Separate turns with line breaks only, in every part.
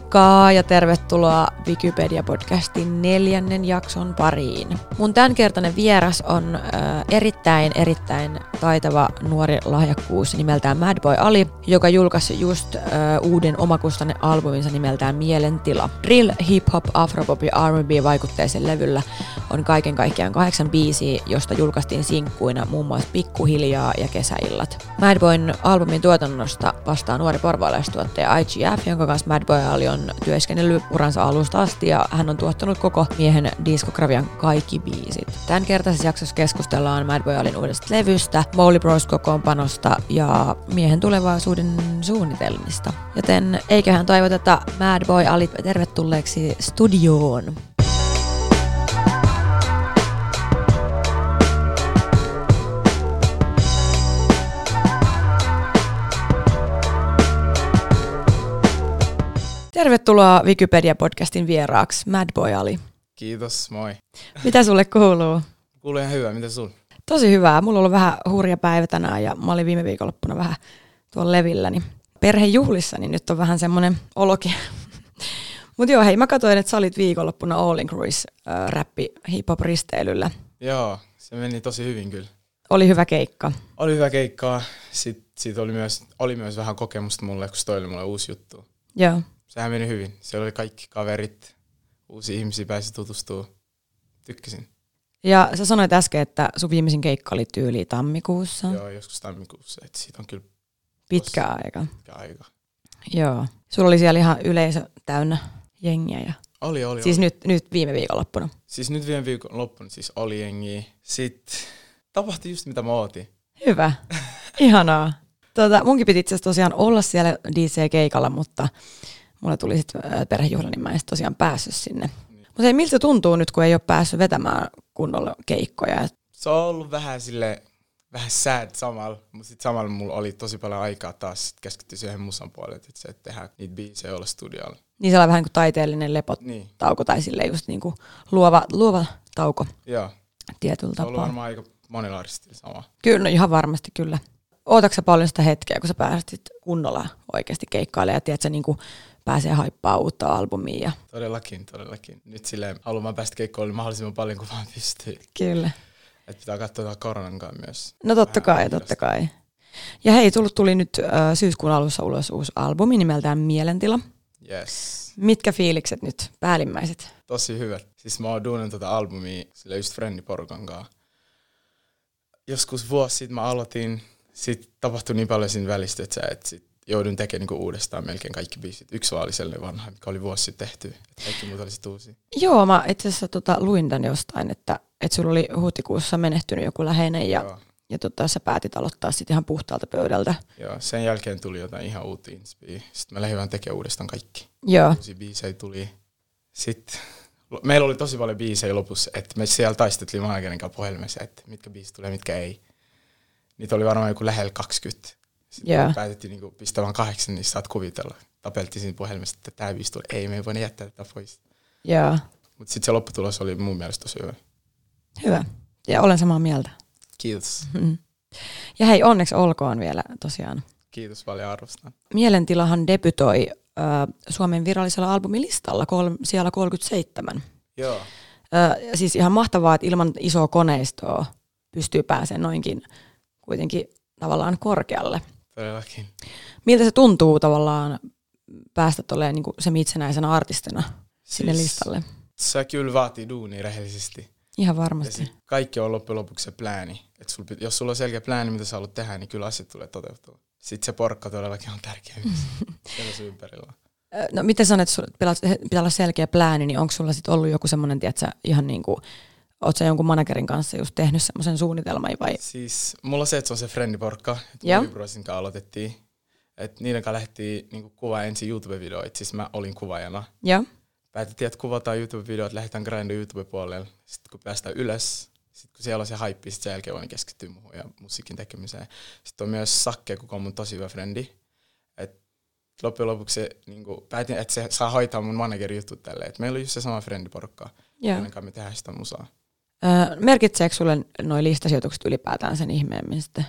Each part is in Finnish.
Moikka ja tervetuloa Wikipedia-podcastin neljännen jakson pariin. Mun tämänkertainen vieras on ö, erittäin, erittäin taitava nuori lahjakkuus nimeltään Madboy Ali, joka julkaisi just ö, uuden omakustanne albuminsa nimeltään Mielentila. Drill, hip-hop, afropop ja R&B-vaikutteisen levyllä on kaiken kaikkiaan kahdeksan biisiä, josta julkaistiin sinkkuina muun muassa Pikkuhiljaa ja Kesäillat. Madboyn albumin tuotannosta vastaa nuori porvaalaistuottaja IGF, jonka kanssa Madboy Ali on työskennellyt uransa alusta asti ja hän on tuottanut koko miehen diskografian kaikki biisit. Tämän kertaisessa jaksossa keskustellaan Madboy Alin uudesta levystä, Molly Bros kokoonpanosta ja miehen tulevaisuuden suunnitelmista. Joten eiköhän toivoteta Madboy Ali tervetulleeksi studioon. Tervetuloa Wikipedia-podcastin vieraaksi, Madboy Ali.
Kiitos, moi.
Mitä sulle kuuluu?
Kuuluu ihan hyvä, mitä sun?
Tosi hyvää. Mulla on ollut vähän hurja päivä tänään ja mä olin viime viikonloppuna vähän tuolla levillä, niin perhejuhlissa, niin nyt on vähän semmoinen olokin. Mutta joo, hei, mä katsoin, että sä olit viikonloppuna All in Cruise äh, räppi hip hop risteilyllä.
Joo, se meni tosi hyvin kyllä.
Oli hyvä keikka.
Oli hyvä keikkaa, sit, siitä oli myös, oli myös vähän kokemusta mulle, kun se oli mulle uusi juttu.
Joo.
Sehän meni hyvin, siellä oli kaikki kaverit, uusi ihmisiä pääsi tutustua. Tykkäsin.
Ja sä sanoit äsken, että sun viimeisin keikka oli tyyli tammikuussa.
Joo, joskus tammikuussa, että siitä on kyllä
Pitkä aika.
pitkä aika.
Joo. Sulla oli siellä ihan yleisö täynnä jengiä. Ja...
Oli, oli,
Siis
oli.
nyt, nyt viime viikonloppuna.
Siis nyt viime viikon loppuun siis oli jengiä. Sitten tapahtui just mitä mä ootin.
Hyvä. Ihanaa. Tota, munkin piti itse asiassa tosiaan olla siellä DC-keikalla, mutta mulla tuli sitten perhejuhla, niin mä en sit tosiaan päässyt sinne.
Niin.
Mutta hei, miltä se tuntuu nyt, kun ei ole päässyt vetämään kunnolla keikkoja? Et
Se on ollut vähän sille vähän sad samalla, mutta sitten samalla mulla oli tosi paljon aikaa taas sit keskittyä siihen musan puolelle, että se että tehdään niitä biisejä olla studiolla.
niin sellainen vähän kuin taiteellinen
Niin,
lepotauko tai sille just niin kuin luova, luova tauko
joo.
tietyllä
Se on ollut
tapaa.
varmaan aika monella artistilla sama.
Kyllä, no ihan varmasti kyllä. Ootatko sä paljon sitä hetkeä, kun sä pääsit kunnolla oikeasti keikkailemaan ja tiedät, sä niin kuin pääsee haippaa uutta albumia. ja-
Todellakin, todellakin. Nyt silleen haluan mä päästä keikkoille mahdollisimman paljon kuin vaan pystyy.
Kyllä.
Et pitää katsoa tämän koronan kanssa myös.
No totta
Vähän
kai,
hiljasta.
totta kai. Ja hei, tullut tuli nyt ö, syyskuun alussa ulos uusi albumi nimeltään Mielentila.
Yes.
Mitkä fiilikset nyt, päällimmäiset?
Tosi hyvä. Siis mä oon duunannut tätä albumia sille just friendiporukan kanssa. Joskus vuosi sitten mä aloitin, sit tapahtui niin paljon siinä välistä, että et sit joudun tekemään niinku uudestaan melkein kaikki biisit. Yksi vaan oli sellainen vanha, mikä oli vuosi sitten tehty. Et kaikki muut oli sit uusia.
Joo, mä itse asiassa tota, luin tän jostain, että, että sulla oli huhtikuussa menehtynyt joku läheinen ja,
Joo.
ja tota, sä päätit aloittaa sitten ihan puhtaalta pöydältä.
Joo, sen jälkeen tuli jotain ihan uutta inspiä. Sitten mä lähdin vaan tekemään uudestaan kaikki.
Joo,
Uusia biisejä tuli. Sitten lo- meillä oli tosi paljon biisejä lopussa, että me siellä taisteltiin managerin kanssa puhelimessa, että mitkä biisit tulee, mitkä ei. Niitä oli varmaan joku lähellä 20. Sitten
Joo.
yeah. päätettiin niinku pistää vaan kahdeksan, niin saat kuvitella. Tapeltiin siinä puhelimessa, että tämä biisi tulee. Ei, me ei voida jättää tätä pois.
joo.
Mutta sitten se lopputulos oli mun mielestä tosi hyvä.
Hyvä. Ja olen samaa mieltä.
Kiitos.
Mm. Ja hei, onneksi olkoon vielä tosiaan.
Kiitos paljon arvostan.
Mielentilahan debytoi ö, Suomen virallisella albumilistalla kol- siellä 37.
Joo.
Ö, siis ihan mahtavaa, että ilman isoa koneistoa pystyy pääsemään noinkin kuitenkin tavallaan korkealle.
Todellakin.
Miltä se tuntuu tavallaan päästä tolleen niin sen itsenäisenä artistina sinne
Siis
listalle?
Se kyllä vaatii duunia rehellisesti.
Ihan
Ja
varmasti.
sit kaikki on loppujen lopuksi se plääni. Et sul, pit- jos sulla on selkeä plääni, mitä sä haluat tehdä, niin kyllä asiat tulee toteutua. Sitten se porkka todellakin on tärkeä myös siellä sun ympärillä.
Ö, No miten sanoit, että sulla pitää olla- pitää olla selkeä plääni, niin onko sulla sit ollut joku semmoinen, tiedätkö, ihan niin kuin, oot sä jonkun managerin kanssa just tehnyt semmoisen suunnitelman vai?
Siis mulla on se, että se on se friendiporkka, että
Joo.
Molly Brosin kanssa aloitettiin. Et niiden kanssa lähti niinku kuvaa ensin YouTube-videoita, siis mä olin kuvaajana.
Joo,
Päätettiin, että kuvataan YouTube-videot, lähdetään grindaa YouTube-puolelle. Sitten kun päästään ylös, sitten kun siellä on se hype, sitten sen jälkeen voin keskittyä muuhun ja musiikin tekemiseen. Sitten on myös Sakke, kuka on mun tosi hyvä frendi. Et loppujen lopuksi se, niin kuin, päätin, että se saa hoitaa mun managerin jutut tälleen. Et meillä on just se sama frendiporukka,
joo.
kenen kanssa me tehdään sitä musaa.
Ö, merkitseekö sulle nuo listasijoitukset ylipäätään sen ihmeemmin sitten?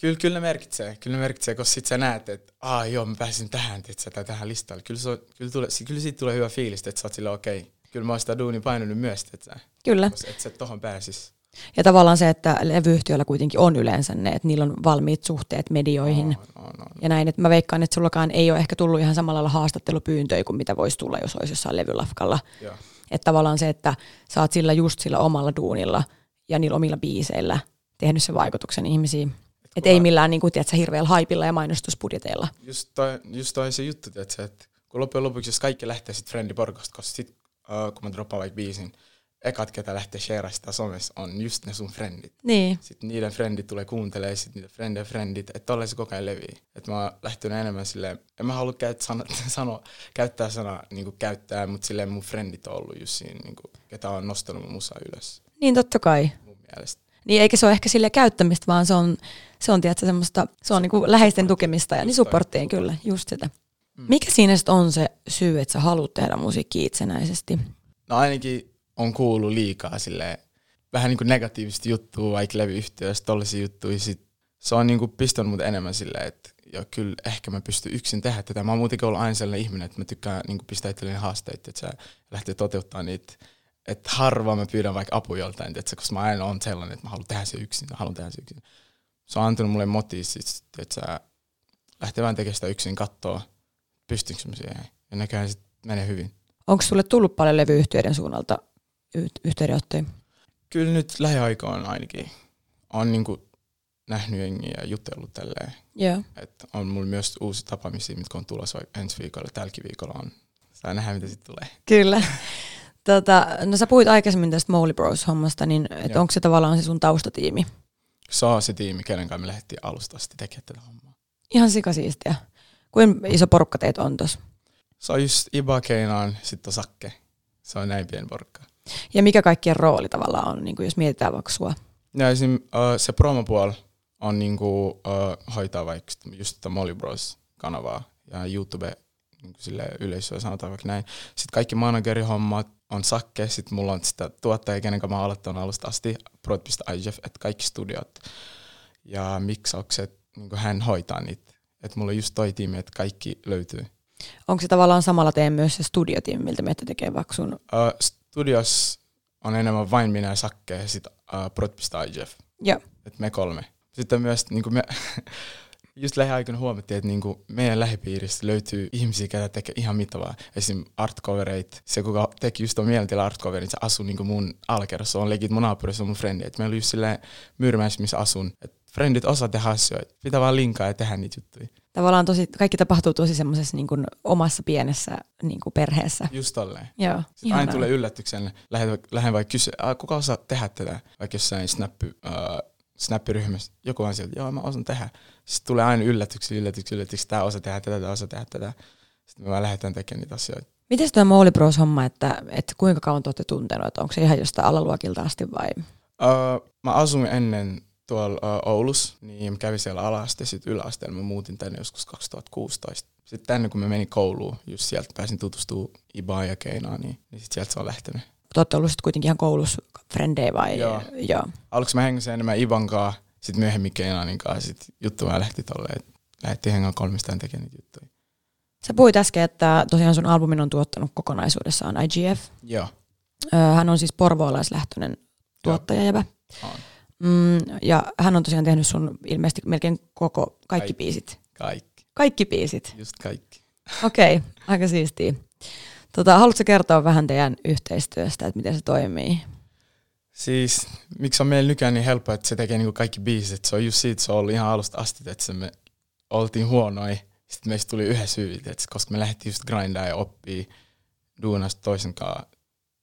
Kyllä, kyllä ne merkitsee, kyllä ne merkitsee, koska sit sä näet, että aah joo, mä pääsin tähän, tietsä, tai tähän listalle. Kyllä, se on, kyllä, tule, si- kyllä siitä tulee hyvä fiilis, että sä oot sillä okei, okay, kyllä mä oon sitä duunia painanut myös, tietsä,
Kyllä.
jos et sä tohon pääsis.
Ja tavallaan se, että levyyhtiöillä kuitenkin on yleensä ne, että niillä on valmiit suhteet medioihin.
On, on, on.
Ja näin, että mä veikkaan, että sullakaan ei ole ehkä tullut ihan samalla lailla haastattelupyyntöjä kuin mitä voisi tulla, jos olisi jossain levylafkalla.
Joo.
Että tavallaan se, että sä oot sillä just sillä omalla duunilla ja niillä omilla biiseillä tehnyt sen vaikutuksen ihmisiin. Että ei millään niin kuin, tiedätkö, hirveällä haipilla ja mainostusbudjeteilla.
Just toi, just toi se juttu, tietsä, että kun loppujen lopuksi, jos kaikki lähtee sit friendiporukasta, koska sit, uh, kun mä droppaan vaikka biisin, ekat, ketä lähtee shareen sitä somessa, on just ne sun frendit.
Niin.
Sitten niiden frendit tulee kuuntelee, sitten niiden frendien frendit, että tolleen se koko ajan levii. Että mä oon lähtenyt enemmän silleen, en mä halua käyt, sana, sano, käyttää sanaa niin käyttää, mutta silleen mun frendit on ollut just siinä, niin kuin, ketä on nostanut mun musa ylös
Niin totta kai.
mun mielestä.
Niin eikä se ole ehkä sille käyttämistä, vaan se on, se on tiedätkö, semmoista, se on niin kuin läheisten tukemista ja niin supporttiin kyllä, just sitä. Mikä siinä sitten on se syy, että sä haluat tehdä musiikkia itsenäisesti?
No ainakin on kuullut liikaa silleen, vähän niin kuin negatiivista juttua, vaikka levyyhtiöistä, tollaisia juttuja. Sit se on niin kuin pistänyt mut enemmän silleen, että ja kyllä ehkä mä pystyn yksin tehdä tätä. Mä oon muutenkin ollut aina sellainen ihminen, että mä tykkään niin kuin pistää itselleni haasteita, että sä lähtee toteuttaa niitä. Että harva mä pyydän vaikka apua joltain, että koska mä aina on sellainen, että mä haluan tehdä se yksin, mä haluan tehdä se yksin. Se on antanut mulle motia, siis, että sä lähtee vähän tekemään sitä yksin, katsoa, pystynkö mä siihen. Ja näköjään sit menee hyvin.
Onko sulle tullut paljon levyyhtiöiden suunnalta y- yhteydenottoja?
kyllä nyt lähiaikoina ainakin on niin kuin nähnyt jengiä ja jutellut tälleen.
Joo.
Et on mulla myös uusi tapaamisia, mitkä on tulossa vaikka ensi viikolla, tälläkin viikolla on. Saa nähdä, mitä sitten tulee.
Kyllä. Tota, no sä puhuit aikaisemmin tästä Molly Bros-hommasta, niin et
Joo.
onko se tavallaan se sun taustatiimi?
Se on se tiimi, kenen kanssa me lähdettiin alusta asti tekemään tätä hommaa.
Ihan sikasiistiä. Kuin iso porukka teitä on tossa?
Se on just Iba Keinaan, sitten on Sakke. Se on näin pieni porukka.
Ja mikä kaikkien rooli tavallaan on, niin kuin jos mietitään vaikka sua?
Ja esim, uh, se promopuoli on niinku, uh, hoitaa vaikka sit just tätä Molly Bros kanavaa ja YouTube niinku sille yleisöä sanotaan vaikka näin. Sitten kaikki managerihommat on sakke, sitten mulla on sitä tuottaja, kenen kanssa mä oon aloittanut alusta asti, prod.igf, että kaikki studiot ja miksaukset, niinku hän hoitaa niitä. Että mulla on just toi tiimi, että kaikki löytyy.
Onko se tavallaan samalla teidän myös se studiotiimi, miltä me tekee vaikka sun?
Uh, studios on enemmän vain minä ja sakke ja sitten uh, prod.igf.
Joo.
Et me kolme. Sitten myös niin me, just lähiaikoina huomattiin, että niin meidän lähipiiristä löytyy ihmisiä, ketä tekee ihan mitavaa. Esim. artcovereit. Se, kuka teki just tuon mielentila artcoverin, se asuu niin mun alakerrassa. On legit mun naapurissa on mun frendi. Et meillä on just silleen myyrimäis, missä asun. Et frendit osaa tehdä asioita. Pitää vaan linkaa ja tehdä niitä juttuja.
Tavallaan tosi, kaikki tapahtuu tosi semmoisessa niin kuin omassa pienessä niin kuin perheessä.
Just tolleen.
Joo.
Sitten Siis aina
ihanaa.
tulee yllätyksen, lähden, lähden vaikka kysyä, "Aa, kuka osaa tehdä tätä, vaikka jossain snappy, äh, snappiryhmässä, joku on sieltä, joo mä osaan tehdä. Sitten tulee aina yllätyksiä, yllätyksiä, yllätyksiä, tämä osaa tehdä tätä, tämä osaa tehdä tätä. Sitten me vaan lähdetään tekemään niitä asioita.
Miten tuo Molly Bros-homma, että, että kuinka kauan te olette tuntenut, että onko se ihan jostain alaluokilta asti vai?
Äh, mä asuin ennen tuolla äh, Oulussa, niin mä kävin siellä ala-aste, sitten yläasteella mä muutin tänne joskus 2016. Sitten tänne kun mä menin kouluun, just sieltä pääsin tutustumaan Ibaan ja Keinaan, niin, niin sitten sieltä se on lähtenyt.
Te olette ollut sitten kuitenkin ihan koulussa frendejä vai?
Joo.
Joo.
aluksi mä hengasin enemmän Ivan kanssa, sitten myöhemmin Keenanin kanssa, sitten juttu vähän lähti tolleen, että lähdettiin hengaan kolmestaan tekemään niitä juttuja.
Sä puhuit äsken, että tosiaan sun albumin on tuottanut kokonaisuudessaan IGF.
Joo,
Ö, Hän on siis porvoolaislähtöinen tuottajajävä.
on.
Mm, ja hän on tosiaan tehnyt sun ilmeisesti melkein koko, kaikki,
Kaikki.
biisit.
Kaikki,
Kaikki biisit.
just kaikki.
Okei, okay, aika siistiä. Tota, haluatko kertoa vähän teidän yhteistyöstä, että miten se toimii?
Siis, miksi on meillä nykyään niin helppoa, että se tekee niinku kaikki biisit, että se on just siitä, se on ollut ihan alusta asti, että se me oltiin huonoja, sitten meistä tuli yhdessä hyvin, että koska me lähdettiin just grindaa ja oppii duunasta toisen kanssa.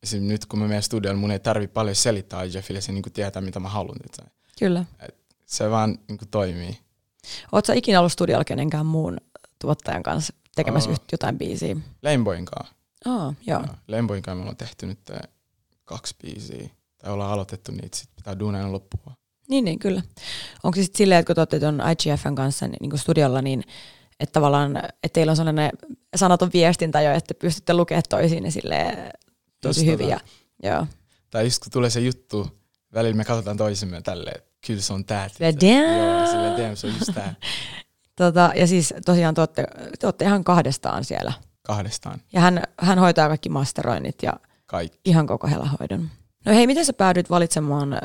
Esim. nyt kun mä menen studioon, mun ei tarvi paljon selittää Jeffille, se niinku tietää mitä mä haluan. että se-
Kyllä.
Se vaan niinku toimii.
Oletko ikinä ollut studiolla kenenkään muun tuottajan kanssa tekemässä
Aa.
oh. jotain biisiä?
Lameboyn kanssa.
Oh, joo.
Joo. Lempojen kanssa me ollaan tehty nyt äh, kaksi biisiä. Tai ollaan aloitettu niitä, sit pitää duunaina loppua.
Niin, niin, kyllä. Onko se sitten silleen, että kun te olette tuon IGFn kanssa niin, niin studiolla, niin että tavallaan, että teillä on sellainen sanaton viestintä jo, että pystytte lukemaan toisiinne silleen tosi
Just tota-
hyviä. Joo.
Tai just kun tulee se juttu, välillä me katsotaan toisemme tälleen, että kyllä se on tää.
Sillä
tiiätkö?
damn.
Joo, sillä damn, se on just tää.
Tota, ja siis tosiaan te olette, te olette ihan kahdestaan siellä.
Kahdestaan
Ja hän, hän hoitaa kaikki masteroinnit ja
kaikki.
ihan koko helahoidon. No hei, miten sä päädyit valitsemaan äh,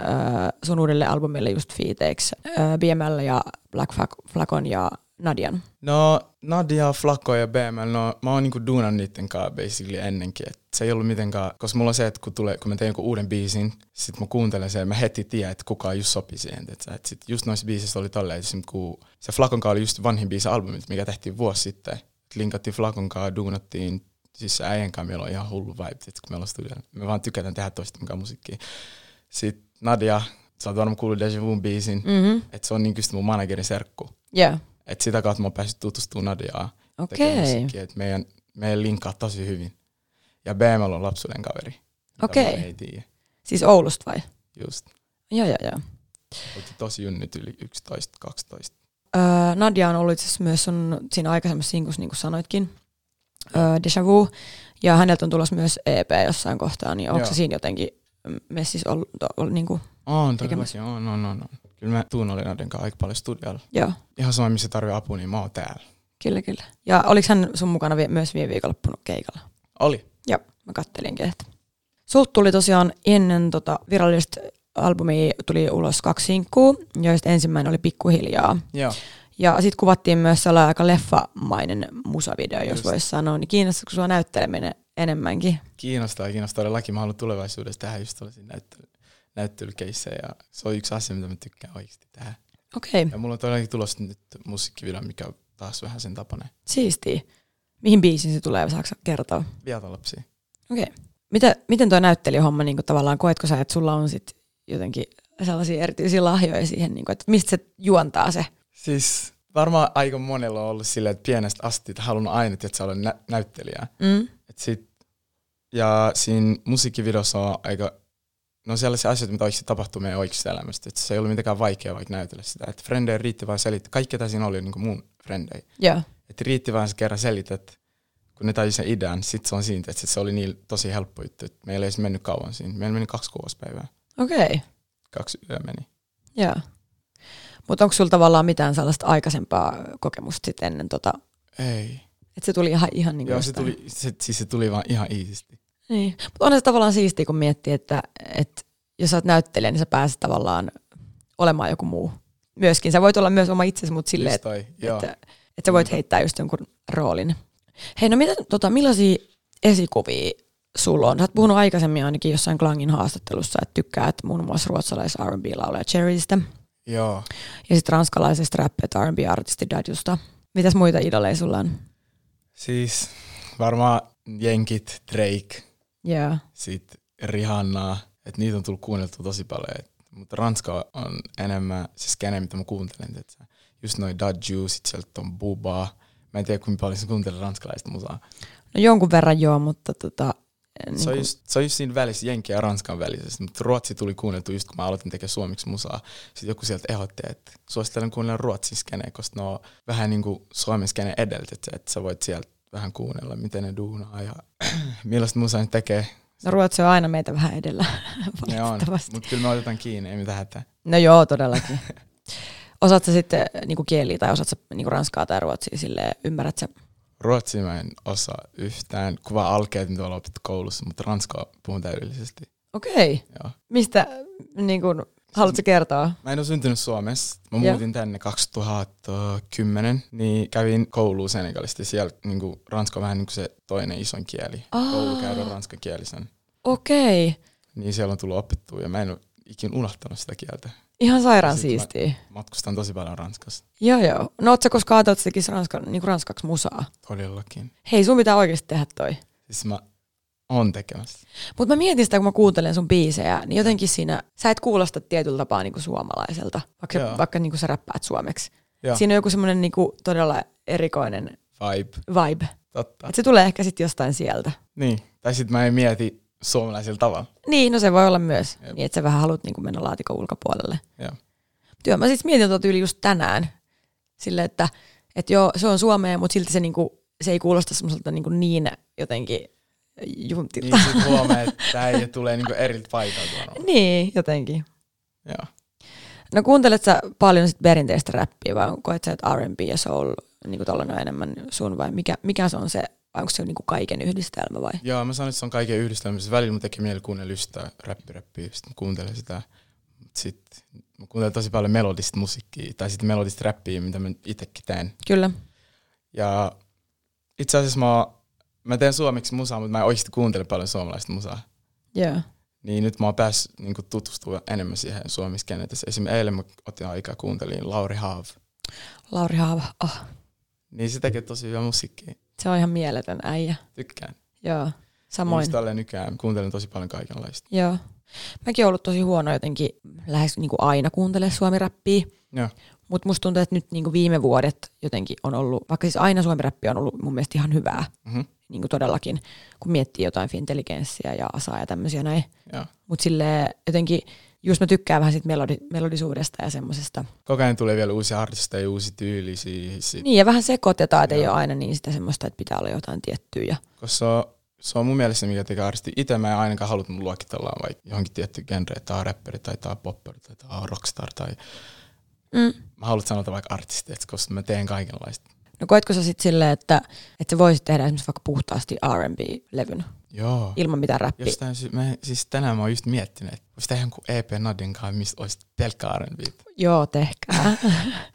sun uudelle albumille just fiiteiksi äh, BML ja Black Flag- Flagon ja Nadian?
No Nadia, Flakko ja BML, no mä oon niinku duunan niitten kanssa basically ennenkin. Et se ei ollut mitenkään, koska mulla on se, että kun, tulee, kun mä teen jonkun uuden biisin, sit mä kuuntelen sen ja mä heti tiedän, että kuka just sopii siihen. Et, et sit just noissa biisissä oli tolleen, että sit kun se Flakon kanssa oli just vanhin biisi albumilta, mikä tehtiin vuosi sitten. Et linkattiin Flakon kanssa, duunattiin, siis se äijän kanssa meillä on ihan hullu vibe, et kun meillä on studiolla. Me vaan tykätään tehdä toista mukaan musiikkia. Sitten Nadia, sä oot varmaan kuullut Deja Vuun biisin,
Mhm,
että se on niinku sit mun managerin serkku.
joo.
Et sitä kautta mä oon päässyt tutustumaan Nadiaan.
Okei,
tekee musiikkia, että meidän, meidän linkkaa tosi hyvin. Ja BML on lapsuuden kaveri. mitä
Okei.
mä Ei tiedä.
siis Oulusta vai?
Just.
Joo, joo, joo.
Oltiin tosi junnit yli 11, 12.
Öö, Nadia on ollut itse asiassa myös sun siinä aikaisemmassa sinkussa, niin kuin sanoitkin, öö, Deja Vu, ja häneltä on tulossa myös EP jossain kohtaa, niin onko
Joo.
se siinä jotenkin mm, messissä ollut, ollut niin kuin,
On,
Tekemässä.
todellakin. On, on, on, on. Kyllä mä tuun olen Nadian kanssa aika paljon studiolla.
joo,
Ihan sama, missä tarvii apua, niin mä oon täällä.
kyllä, kyllä. Ja oliko hän sun mukana vi- myös viime viikonloppuna keikalla?
Oli.
Joo, mä kattelinkin, että. Sult tuli tosiaan ennen tota virallista albumia tuli ulos kaksi sinkkuu, joista ensimmäinen oli Pikkuhiljaa.
Joo.
Ja sitten kuvattiin myös sellainen aika leffamainen musavideo, jos
Just.
voisi sanoa, niin kiinnostaako sua näytteleminen enemmänkin?
Kiinnostaa, kiinnostaa todellakin. Mä haluan tulevaisuudessa tehdä just tällaisia näyttely, näyttelykeissejä. Ja se on yksi asia, mitä mä tykkään oikeasti tehdä.
Okei,
Ja mulla on todellakin tulossa nyt musiikkivideo, mikä on taas vähän sen tapana.
siisti. Mihin biisiin se tulee, saako sä kertoa?
Viata lapsia.
Mitä, miten tuo näyttelijähomma niin tavallaan, koetko sä, että sulla on sit jotenkin sellaisia erityisiä lahjoja siihen, niin kuin, että mistä se juontaa se?
Siis varmaan aika monella on ollut silleen, että pienestä asti että halunnut aina, että sä olen nä- näyttelijä.
Mm?
Et sit, ja siinä musiikkivideossa on aika, no sellaisia asioita, mitä oikeasti tapahtuu meidän oikeasta elämästä. Et se ei ollut mitenkään vaikea vaikka näytellä sitä. Että frendejä riitti vaan selittää. Kaikki, mitä siinä oli, on niinku mun frendejä.
Joo,
Että riitti vaan se kerran selität, kun ne tajusivat sen idean, sit se on siinä. Että se oli niin tosi helppo juttu. Et meillä ei edes mennyt kauan siinä. Meillä meni kaksi kuvauspäivää.
okei.
Kaksi yö meni.
Joo. Mutta onko sulla tavallaan mitään sellaista aikaisempaa kokemusta sit ennen tota,
Ei.
että se tuli ihan, ihan niin
Joo, se tuli, se, siis se tuli vaan ihan iisisti.
Niin. Mutta on se tavallaan siistiä, kun miettii, että, että jos sä oot näyttelijä, niin sä pääset tavallaan olemaan joku muu. Myöskin sä voit olla myös oma itsesi, mutta silleen,
Just
että,
toi, joo.
että, että sä voit
Niinpä.
heittää just jonkun roolin. Hei, no mitä, tota, millaisia esikuvia sulla on? Sä oot puhunut aikaisemmin ainakin jossain Klangin haastattelussa, että tykkäät muun muassa ruotsalais R&B-laulaja Cherrystä
Joo.
ja sitten ranskalaisesta rap ja R&B-artisti Dadjusta. Mitäs muita idoleja sulla on?
Siis varmaan Jenkit, Drake,
Yeah.
sit Rihanna, että niitä on tullut kuunneltua tosi paljon. Et, mutta Ranska on enemmän se skene, mitä mä kuuntelen. Et, just noin Dadju, sit sieltä on Buba. Mä en tiedä, kuinka paljon sä kuuntelet ranskalaista musaa.
No jonkun verran joo, mutta tota...
Se on, just, se on just siinä välissä, Jenkin ja Ranskan välisessä, mutta Ruotsi tuli kuunneltu just kun mä aloitin tekemään suomiksi musaa. Sitten joku sieltä ehdotti, että suosittelen kuunnella Ruotsin skeneä, koska ne on vähän niin kuin Suomen skene edeltä, että, että sä voit sieltä vähän kuunnella, miten ne duunaa ja millaista musaa ne tekee.
No Ruotsi on aina meitä vähän edellä,
Ne on,
valitettavasti.
mutta kyllä me otetaan kiinni, ei mitään hätää.
No joo, todellakin. Osaatko sä sitten niinku kieliä tai osaatko sä niinku ranskaa tai ruotsia silleen, ymmärrät sä?
Ruotsi mä en osaa yhtään, kuva alkeet, mitä ollaan opittu koulussa, mutta Ranskaa puhun täydellisesti.
Okei, okay.
Joo.
mistä niinku, haluatko kertoa?
Mä en ole syntynyt Suomessa. Mä
Joo.
muutin tänne 2010, niin kävin kouluun Senegalista. Siellä niin kuin, ranska on vähän niin kuin se toinen isoin kieli.
Aa.
Koulu käydään ranskankielisen.
Okei, okay.
Niin siellä on tullut opittua ja mä en ole ikin unohtanut sitä kieltä.
ihan sairaan
Sitten mä-
siistiä.
Matkustan tosi paljon Ranskassa.
Joo joo. No ootko sä koskaan ajatellut, että sä tekis ranska, niinku ranskaksi musaa?
Todellakin.
Hei, sun pitää oikeasti tehdä toi.
Siis mä oon tekemässä.
Mutta mä mietin sitä, kun mä kuuntelen sun biisejä, niin jotenkin siinä, sä et kuulosta tietyllä tapaa niinku suomalaiselta, vaikka, sä-
Joo.
vaikka niinku sä räppäät suomeksi.
Joo.
Siinä on joku semmoinen niinku todella erikoinen
Vibe.
vibe.
Totta.
Et se tulee ehkä sitten jostain sieltä.
Niin. Tai sit mä en mieti suomalaisella tavalla.
Niin, no se voi olla myös.
Jep.
Niin, että sä vähän haluat niin mennä laatikon ulkopuolelle.
Joo.
Työ, mä siis mietin tuota yli just tänään. Sille, että et joo, se on suomea, mutta silti se, niin kuin, se ei kuulosta semmoiselta niin, niin jotenkin äh, juntilta.
Niin sit huomaa, että tää ei tulee niinku eri paikalta varmaan.
Niin, jotenkin.
Joo.
No kuuntelet sä paljon sit perinteistä räppiä vai koet sä, että R&B ja soul niin on enemmän sun vai mikä, mikä se on se, vai onko se niinku kaiken yhdistelmä vai?
Joo, mä sanon, että se on kaiken yhdistelmässä. Välillä mun tekee mieli kuunnella ystä räppiräppiä, sitten mä kuuntelen sitä. Mut sit mä kuuntelen tosi paljon melodista musiikkia, tai sitten melodista räppiä, mitä mä itsekin teen.
Kyllä.
Ja itse asiassa mä, mä teen suomeksi musaa, mutta mä oikeasti kuuntelen paljon suomalaista musaa.
Joo.
Niin nyt mä oon päässyt niin tutustua enemmän siihen suomiskenetiseen. Esimerkiksi eilen mä otin aikaa kuuntelin Lauri Haav.
Lauri Haava, oh,
Niin se tekee tosi hyvää musiikkia.
se on ihan mieletön äijä.
Tykkään.
Joo, samoin.
Samoin. Tälleen nykyään kuuntelen tosi paljon kaikenlaista.
Joo. Mäkin oon ollut tosi huono jotenkin lähes niin kuin aina kuuntele suomiräppiä.
Joo.
Mutta musta tuntuu, että nyt niin kuin viime vuodet jotenkin on ollut, vaikka siis aina suomiräppi on ollut mun mielestä ihan hyvää,
Mhm.
niin kuin todellakin, kun miettii jotain intelligenssiä ja asaa ja tämmöisiä näin.
Joo.
Mutta sille jotenkin, just mä tykkään vähän siitä melodi, melodisuudesta ja semmoisesta.
Koko ajan tulee vielä uusia artisteja, uusia tyylisiä. Sit, niin.
Niin, ja vähän sekoitetaan, että ei
Joo.
ole aina niin sitä semmoista, että pitää olla jotain tiettyä. Ja,
Koska se on, se on mun mielestä se, mikä tekee artisti. Itse mä en ainakaan halua, että mun luokitellaan vaikka johonkin tietty genre, että tää on rapperi tai tää on popperi tai tää on rockstar. Tai...
mm.
Mä haluan sanoa vaikka artisti, että koska mä teen kaikenlaista.
No koetko sä sitten silleen, että, että sä voisit tehdä esimerkiksi vaikka puhtaasti R&B-levyn
Joo.
ilman mitään räppiä?
Jostain sy- mä, siis tänään mä oon just miettinyt, että voisi tehdä jonkun EP Nadin kanssa, mistä olisi pelkkä R&B.
Joo, tehkää.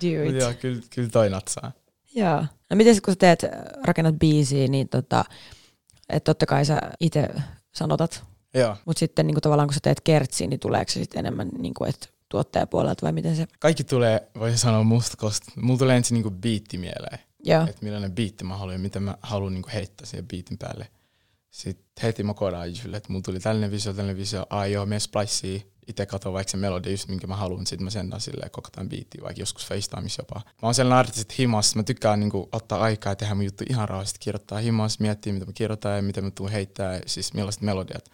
Do
Mut
it.
Joo, kyllä, kyllä toi natsaa.
Joo. No miten sit, kun sä teet, äh, rakennat biisiä, niin tota, että totta kai sä itse sanotat,
Joo.
mutta sitten niin tavallaan kun sä teet kertsiin, niin tuleeko se sitten enemmän niin kuin, että tuottajapuolelta vai miten se?
Kaikki tulee, voisi sanoa musta, koska mulla tulee ensin niinku biitti mieleen.
Joo,
että millainen biitti mä haluan ja mitä mä haluan niin heittää siihen biitin päälle. Sitten heti mä koodaan Jylle, että mulla tuli tällainen visio, tällainen visio, ai joo, me splicee. Itse katon vaikka se melodia, just minkä mä haluan, sitten mä sendaan silleen koko tämän biittiin, vaikka joskus FaceTimeissa jopa. Mä oon sellainen artisti himas, mä tykkään niin ottaa aikaa ja tehdä mun juttu ihan rauhallisesti, kirjoittaa himas, miettiä mitä mä kirjoitan ja mitä mä tuun heittää, ja siis millaiset melodiat.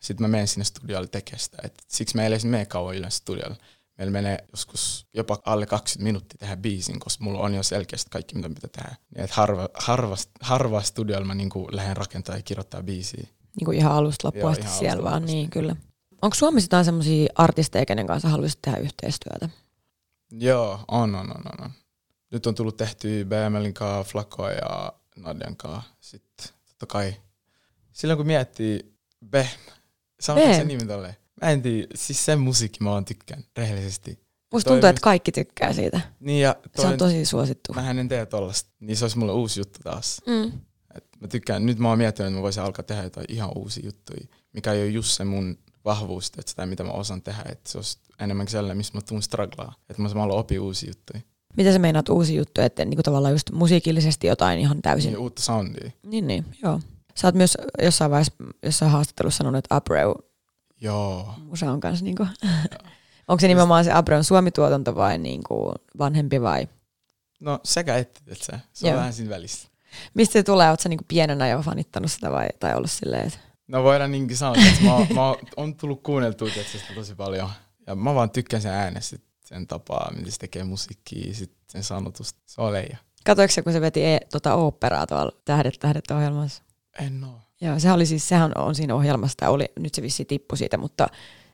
Sitten mä menen sinne studiolle tekemään sitä. Et siksi mä ei edes mene kauan yleensä studiolle. Meillä menee joskus jopa alle 20 minuuttia tehdä biisin, koska mulla on jo selkeästi kaikki, mitä pitää tehdä. Niin et harva, harva, harva studiolla mä niinku lähden rakentaa ja kirjoittaa biisiä.
niin kuin ihan alusta loppuun
Joo,
asti
ihan alusta
siellä vaan,
loppuun
niin kyllä. Onko Suomessa jotain semmoisia artisteja, kenen kanssa haluaisit tehdä yhteistyötä?
Joo, on, on, on, on. on. Nyt on tullut tehty BMLin kaa, Flakoa ja Nadian kaa. Sitten totta kai. Silloin kun miettii Behm, sanotaanko
Behm?
se nimi tolleen? Mä en tiedä, siis sen musiikki mä oon tykkään, rehellisesti.
Musta
Toi
tuntuu,
on
että kaikki tykkää siitä.
Niin ja
Se on
toinen-
tosi suosittu.
Mä en tee tollasta, niin se olisi mulle uusi juttu taas.
Mm.
Et mä tykkään, nyt mä oon miettinyt, että mä voisin alkaa tehdä jotain ihan uusia juttuja, mikä ei ole just se mun vahvuus, että sitä mitä mä osaan tehdä, että se olisi enemmänkin sellainen, missä mä tuun straglaa, että mä haluan oppia uusia juttuja,
Mitä se meinaat uusi juttu, että niin kuin tavallaan just musiikillisesti jotain ihan täysin
niin, uutta soundia.
Niin, niin, joo. Sä oot myös jossain vaiheessa jossain haastattelussa sanonut, että Abreu
Joo.
musa on kanssa niinku, onko se nimenomaan se Abreun suomituotanto vai niinku vanhempi vai?
No sekä et, et sä. Se on
Joo.
vähän siinä välissä.
Mistä se tulee? Oot sä niinku pienenä jo fanittanut sitä vai, tai ollut silleen, että
No voidaan niinkin sanoa, että mä, oon- mä oon- on tullut kuunneltua tietysti sitä tosi paljon. Ja mä vaan tykkään sen äänestä, sen tapaa, miten se tekee musiikkia, sit sen sanotusta. Se on leija.
katoiko se, kun se veti e, tota oopperaa tuolla Tähdet tähdet ohjelmassa?
En oo.
Joo, sehän oli siis, sehän on siinä ohjelmassa, tää oli, nyt se vissi tippui siitä, mutta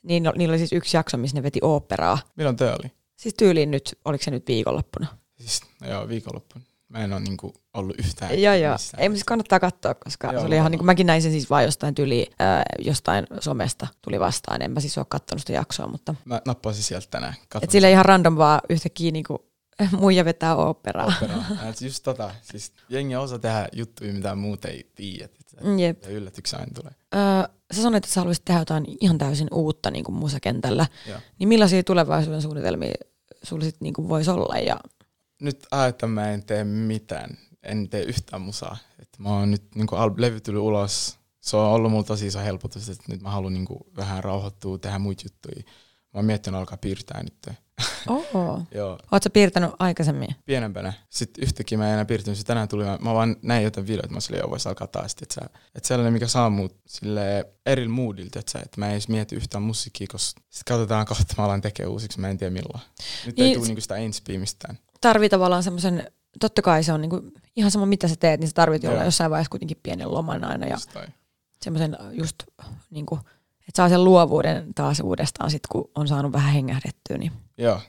niin, niillä oli siis yksi jakso, missä ne veti oopperaa.
Milloin töö oli?
Siis tyyliin nyt, oliko se nyt viikonloppuna?
Siis, no joo, viikonloppu. Mä en ole niinku ollut yhtään.
Joo, joo.
missään.
Ei, mutta siis kannattaa katsoa, koska
Joo,
se oli ihan,
lupataan.
niin kuin, mäkin näin sen siis vaan jostain tyli, äh, jostain somesta tuli vastaan. En mä siis ole katsonut sitä jaksoa, mutta
Mä nappasin sieltä tänään.
et sille ihan random vaan yhtäkkiä niin kuin, muija vetää oopperaa.
operaa. Et just tota, siis jengi osaa tehdä juttuja, mitä muut ei tiedä. Et
Mm, Jep.
se Yllätyksiä aina tulee.
Ö, sä sanoit, että sä haluaisit tehdä jotain ihan täysin uutta niin kuin musakentällä.
Joo.
Niin millaisia tulevaisuuden suunnitelmia sulla sit niin kuin voisi olla? Ja,
Nyt ajattelin, mä en tee mitään. En tee yhtään musaa. Et mä oon nyt, niinku al- levy tuli ulos. Se on ollut mulla tosi iso helpotus, että nyt mä haluan niinku vähän rauhoittua, tehdä muita juttuja. Mä oon miettinyt alkaa piirtää nyt.
oho.
Joo,
Oot sä piirtänyt aikaisemmin?
pienempänä. Sitten yhtäkkiä mä en enää piirtynyt, sitten tänään tuli, mä, mä vaan näin jotain videoita, mä silleen, joo, voisi alkaa taas, että et sellainen, mikä saa mut sille eri moodilta, että et mä en edes mieti yhtään musiikkia, koska sit katsotaan kohta, mä alan tekee uusiksi, mä en tiedä milloin. Nyt niin,
Niin,
ei tule
s-
niinku sitä inspiä mistään.
tarvii tavallaan semmoisen, totta kai se on niinku, ihan sama mitä sä teet, niin sä tarvit olla
Joo.
No jossain vaiheessa kuitenkin pienen loman aina ja
Just toi.
semmoisen just niinku, Että saa sen luovuuden taas uudestaan sit, kun on saanut vähän hengähdettyä. Niin.
Joo,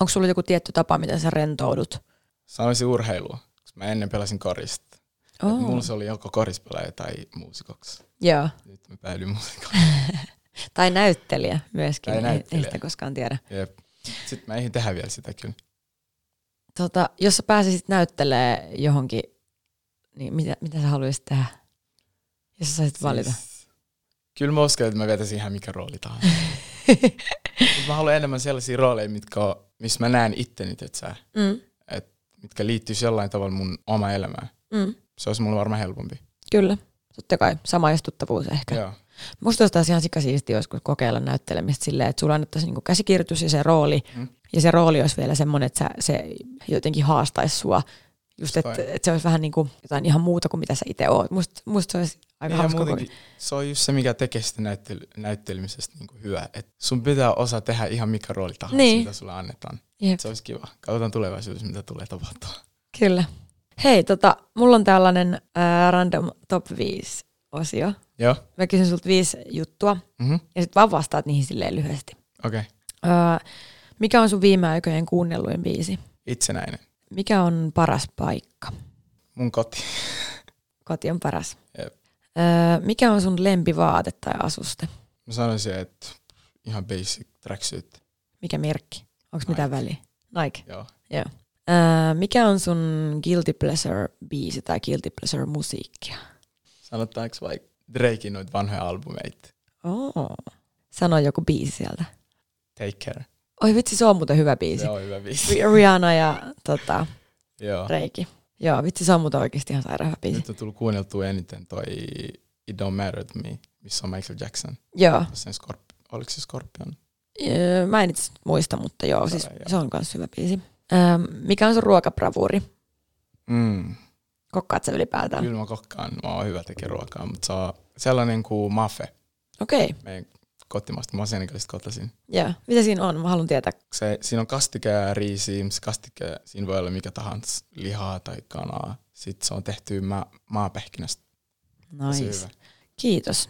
Onko sulla joku tietty tapa, miten sä rentoudut?
sanoisin urheilua, koska mä ennen pelasin korista. Oh. Mulla se oli joko korispelaaja tai muusikoksi.
Joo.
Nyt mä päädyin muusikoksi.
Tai näyttelijä myöskin.
Tai
Ei- Ei,
näyttelijä.
sitä koskaan tiedä.
Jep. Sitten mä eihin tehdä vielä sitä kyllä.
Tota, jos sä pääsisit näyttelee johonkin, niin mitä, mitä sä haluaisit tehdä? Jos sä saisit valita.
Siis, kyllä mä uskon, että mä vetäisin ihan mikä rooli tahansa. Mut mä haluan enemmän sellaisia rooleja, mitkä on, missä mä näen itteni, että
Mm,
mitkä liittyy jollain tavalla mun oma elämään.
mm,
Se olisi mulle varmaan helpompi.
kyllä. Totta kai, samaistuttavuus ehkä.
Joo.
Musta olisi taas ihan sikasiisti joskus kokeilla näyttelemistä silleen, että sulla annettaisiin niinku käsikirjoitus ja se rooli. Mm.
Mm.
Ja se rooli olisi vielä semmoinen, että sä, se jotenkin haastaisi sua. Just, että
Just fine.
et se olisi vähän niin kuin jotain ihan muuta kuin mitä sä itse oot. Musta, musta se olisi aika
Ja
hauska. kokemus.
muutenkin, se on just se, mikä tekee sitä näyttely- näyttelemisestä niin hyvä. Et sun pitää osaa tehdä ihan mikä rooli tahansa,
Niin.
niin. mitä sulle annetaan.
Jep.
Se olisi kiva. Katsotaan tulevaisuudessa, mitä tulee tapahtua.
Kyllä. Hei, tota, mulla on tällainen ää, random top 5 osio.
Joo.
Mä kysyn sulta viisi juttua
Mm-hmm.
ja sit vaan vastaat niihin silleen lyhyesti.
Okei. Okay.
Ää, mikä on sun viime aikojen kuunnelluin biisi?
Itsenäinen.
Mikä on paras paikka?
Mun koti.
Koti on paras.
Jep.
Ää, mikä on sun lempivaate tai asuste?
Mä sanoisin, että ihan basic tracksuit.
Mikä merkki? Onko
Nike.
mitään väliä? Nike.
Joo.
Ää, mikä on sun guilty pleasure biisi tai guilty pleasure musiikkia?
Sanotaanko vaikka Drakein noita vanhoja albumeita?
Oh. Sano joku biisi sieltä.
Take care.
Oi vitsi, se on muuten hyvä biisi.
Se on hyvä biisi.
Ri- Rihanna ja tota,
Joo.
Reiki. Joo, vitsi, se on muuten oikeasti ihan sairaan hyvä biisi.
Nyt on tullut kuunneltua eniten toi It Don't Matter to Me, missä on Michael Jackson.
Joo,
Sen Scorp- oliko se Scorpion?
Öö, mä en itse muista, mutta joo, siis
Joo, joo.
se on myös hyvä biisi. Öm, mikä on sun ruokapravuuri?
Mm.
Kokkaat sä ylipäätään?
Kyllä mä kokkaan, mä oon hyvä tekemään ruokaa, mutta se on sellainen kuin mafe,
Okei, okay,
meidän kotimaasta, mä oon Senegalista kotoisin.
joo. Mitä siinä on? Mä haluan tietää.
Se, siinä on kastikää, riisiä, mutta se kastike, siinä voi olla mikä tahansa, lihaa tai kanaa. Sitten se on tehty ma- maapähkinästä, tosi
Nice.
hyvä.
Kiitos.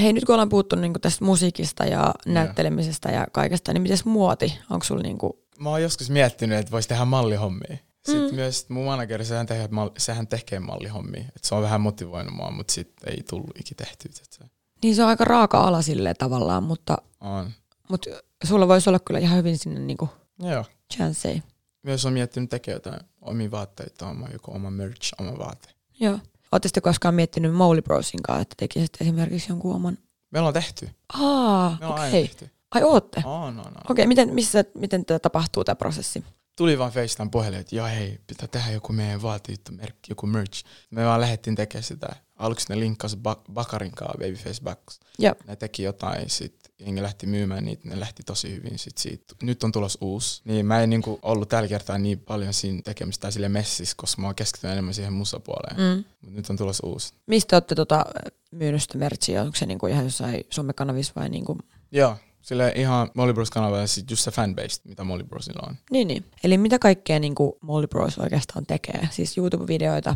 Hei, nyt kun ollaan puhuttu niinku tästä musiikista ja näyttelemisestä ja kaikesta, niin mites muoti? Onko sulla niinku...
Mä oon joskus miettinyt, että voisi tehdä mallihommia. Sitten
Mm.
mm. myös mun manageri, sehän, tekee, mal- sehän tekee mallihommia. Et se on vähän motivoinut mua, mutta sitten ei tullut ikin tehtyä. Se
Niin se on aika raaka ala silleen tavallaan, mutta
on.
mut sulla voisi olla kyllä ihan hyvin sinne niinku
Joo.
chanceja.
Myös on miettinyt tekemään jotain omia vaatteita, oma, joku oma merch, oma vaate.
Joo. Oletteko te koskaan miettinyt Mowgli Brosin kanssa, että tekisitte esimerkiksi jonkun oman...
Meillä on tehty.
Aa,
Me on
okei.
No aina tehty.
Ai ootte? Okei,
On, on, on.
miten, missä, miten tämä tapahtuu tämä prosessi?
Tuli vaan FaceTime puhelin, että joo hei, pitää tehdä joku meidän vaatijuttu, merkki, joku merch. Me vaan lähdettiin tekemään sitä. Aluksi ne linkkasi ba- Bakarin kanssa, Babyface Backs.
Jep.
Ne teki jotain, sit jengi lähti myymään niitä, ne lähti tosi hyvin sit siitä. Nyt on tulos uusi. Niin mä en niinku ollut tällä kertaa niin paljon siinä tekemistä tai sille messissä, koska mä oon keskittynyt enemmän siihen musapuoleen. Mm.
Mm.
Mut nyt on tulos uusi.
Mistä olette tota, myynyt sitä merchia? Onko se niinku ihan jossain somekanavissa vai niinku...
Joo, sille ihan Molly Bros kanava ja sit just se fanbase, mitä Molly Brosilla on.
Niin, niin. Eli mitä kaikkea niinku Mowgli Bros oikeastaan tekee? Siis YouTube-videoita.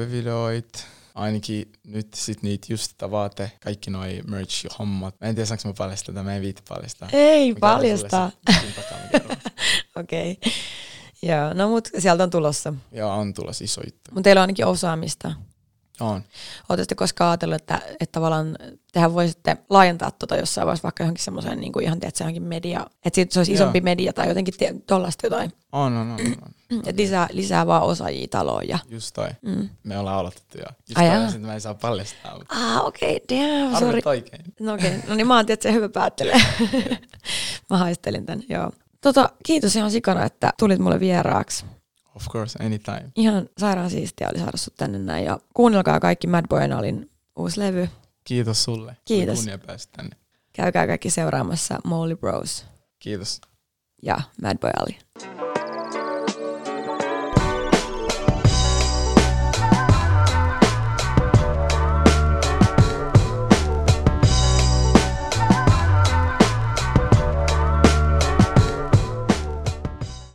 YouTube-videoit, ainakin nyt sit niitä just sitä vaate, kaikki noi merch-hommat. Mä en tiedä, saanko mä paljastaa tätä, mä en viitti paljastaa.
Ei,
Mikä on sulle se-
paljasta.
sen takaa, mikä on?
Okei. Okay. Joo, no mut sieltä on tulossa.
Joo, on tulossa iso juttu.
Mutta teillä on ainakin osaamista.
On.
Oletteko koskaan ajatellut, että, että tavallaan tehän voisitte laajentaa tuota jossain vaiheessa vaikka johonkin semmoiseen niin kuin ihan tiedätkö, johonkin media, että siitä se olisi
Joo.
isompi media tai jotenkin tuollaista jotain,
On, on, on, on. on.
että lisää, lisää vaan osaajia taloon ja
Just toi.
mm.
Me ollaan aloitettu jo. Just
Ai
toi,
jaa.
sit mä en saa paljastaa. mutta
Ah, okei, okay, damn, sorry.
Arvit oikein.
No okei, okay. no niin mä oon tietysti hyvä päättelee. mä haistelin tän, joo. Tota, kiitos ihan sikana, että tulit mulle vieraaksi.
Of course, anytime.
Ihan sairaan siistiä oli saada sut tänne näin ja kuunnelkaa kaikki Mad Boy Nalin uusi levy.
Kiitos sulle. Oli
Kiitos.
Kunnia päästä tänne.
Käykää kaikki seuraamassa Molly Bros.
Kiitos.
ja Mad Boy Ali.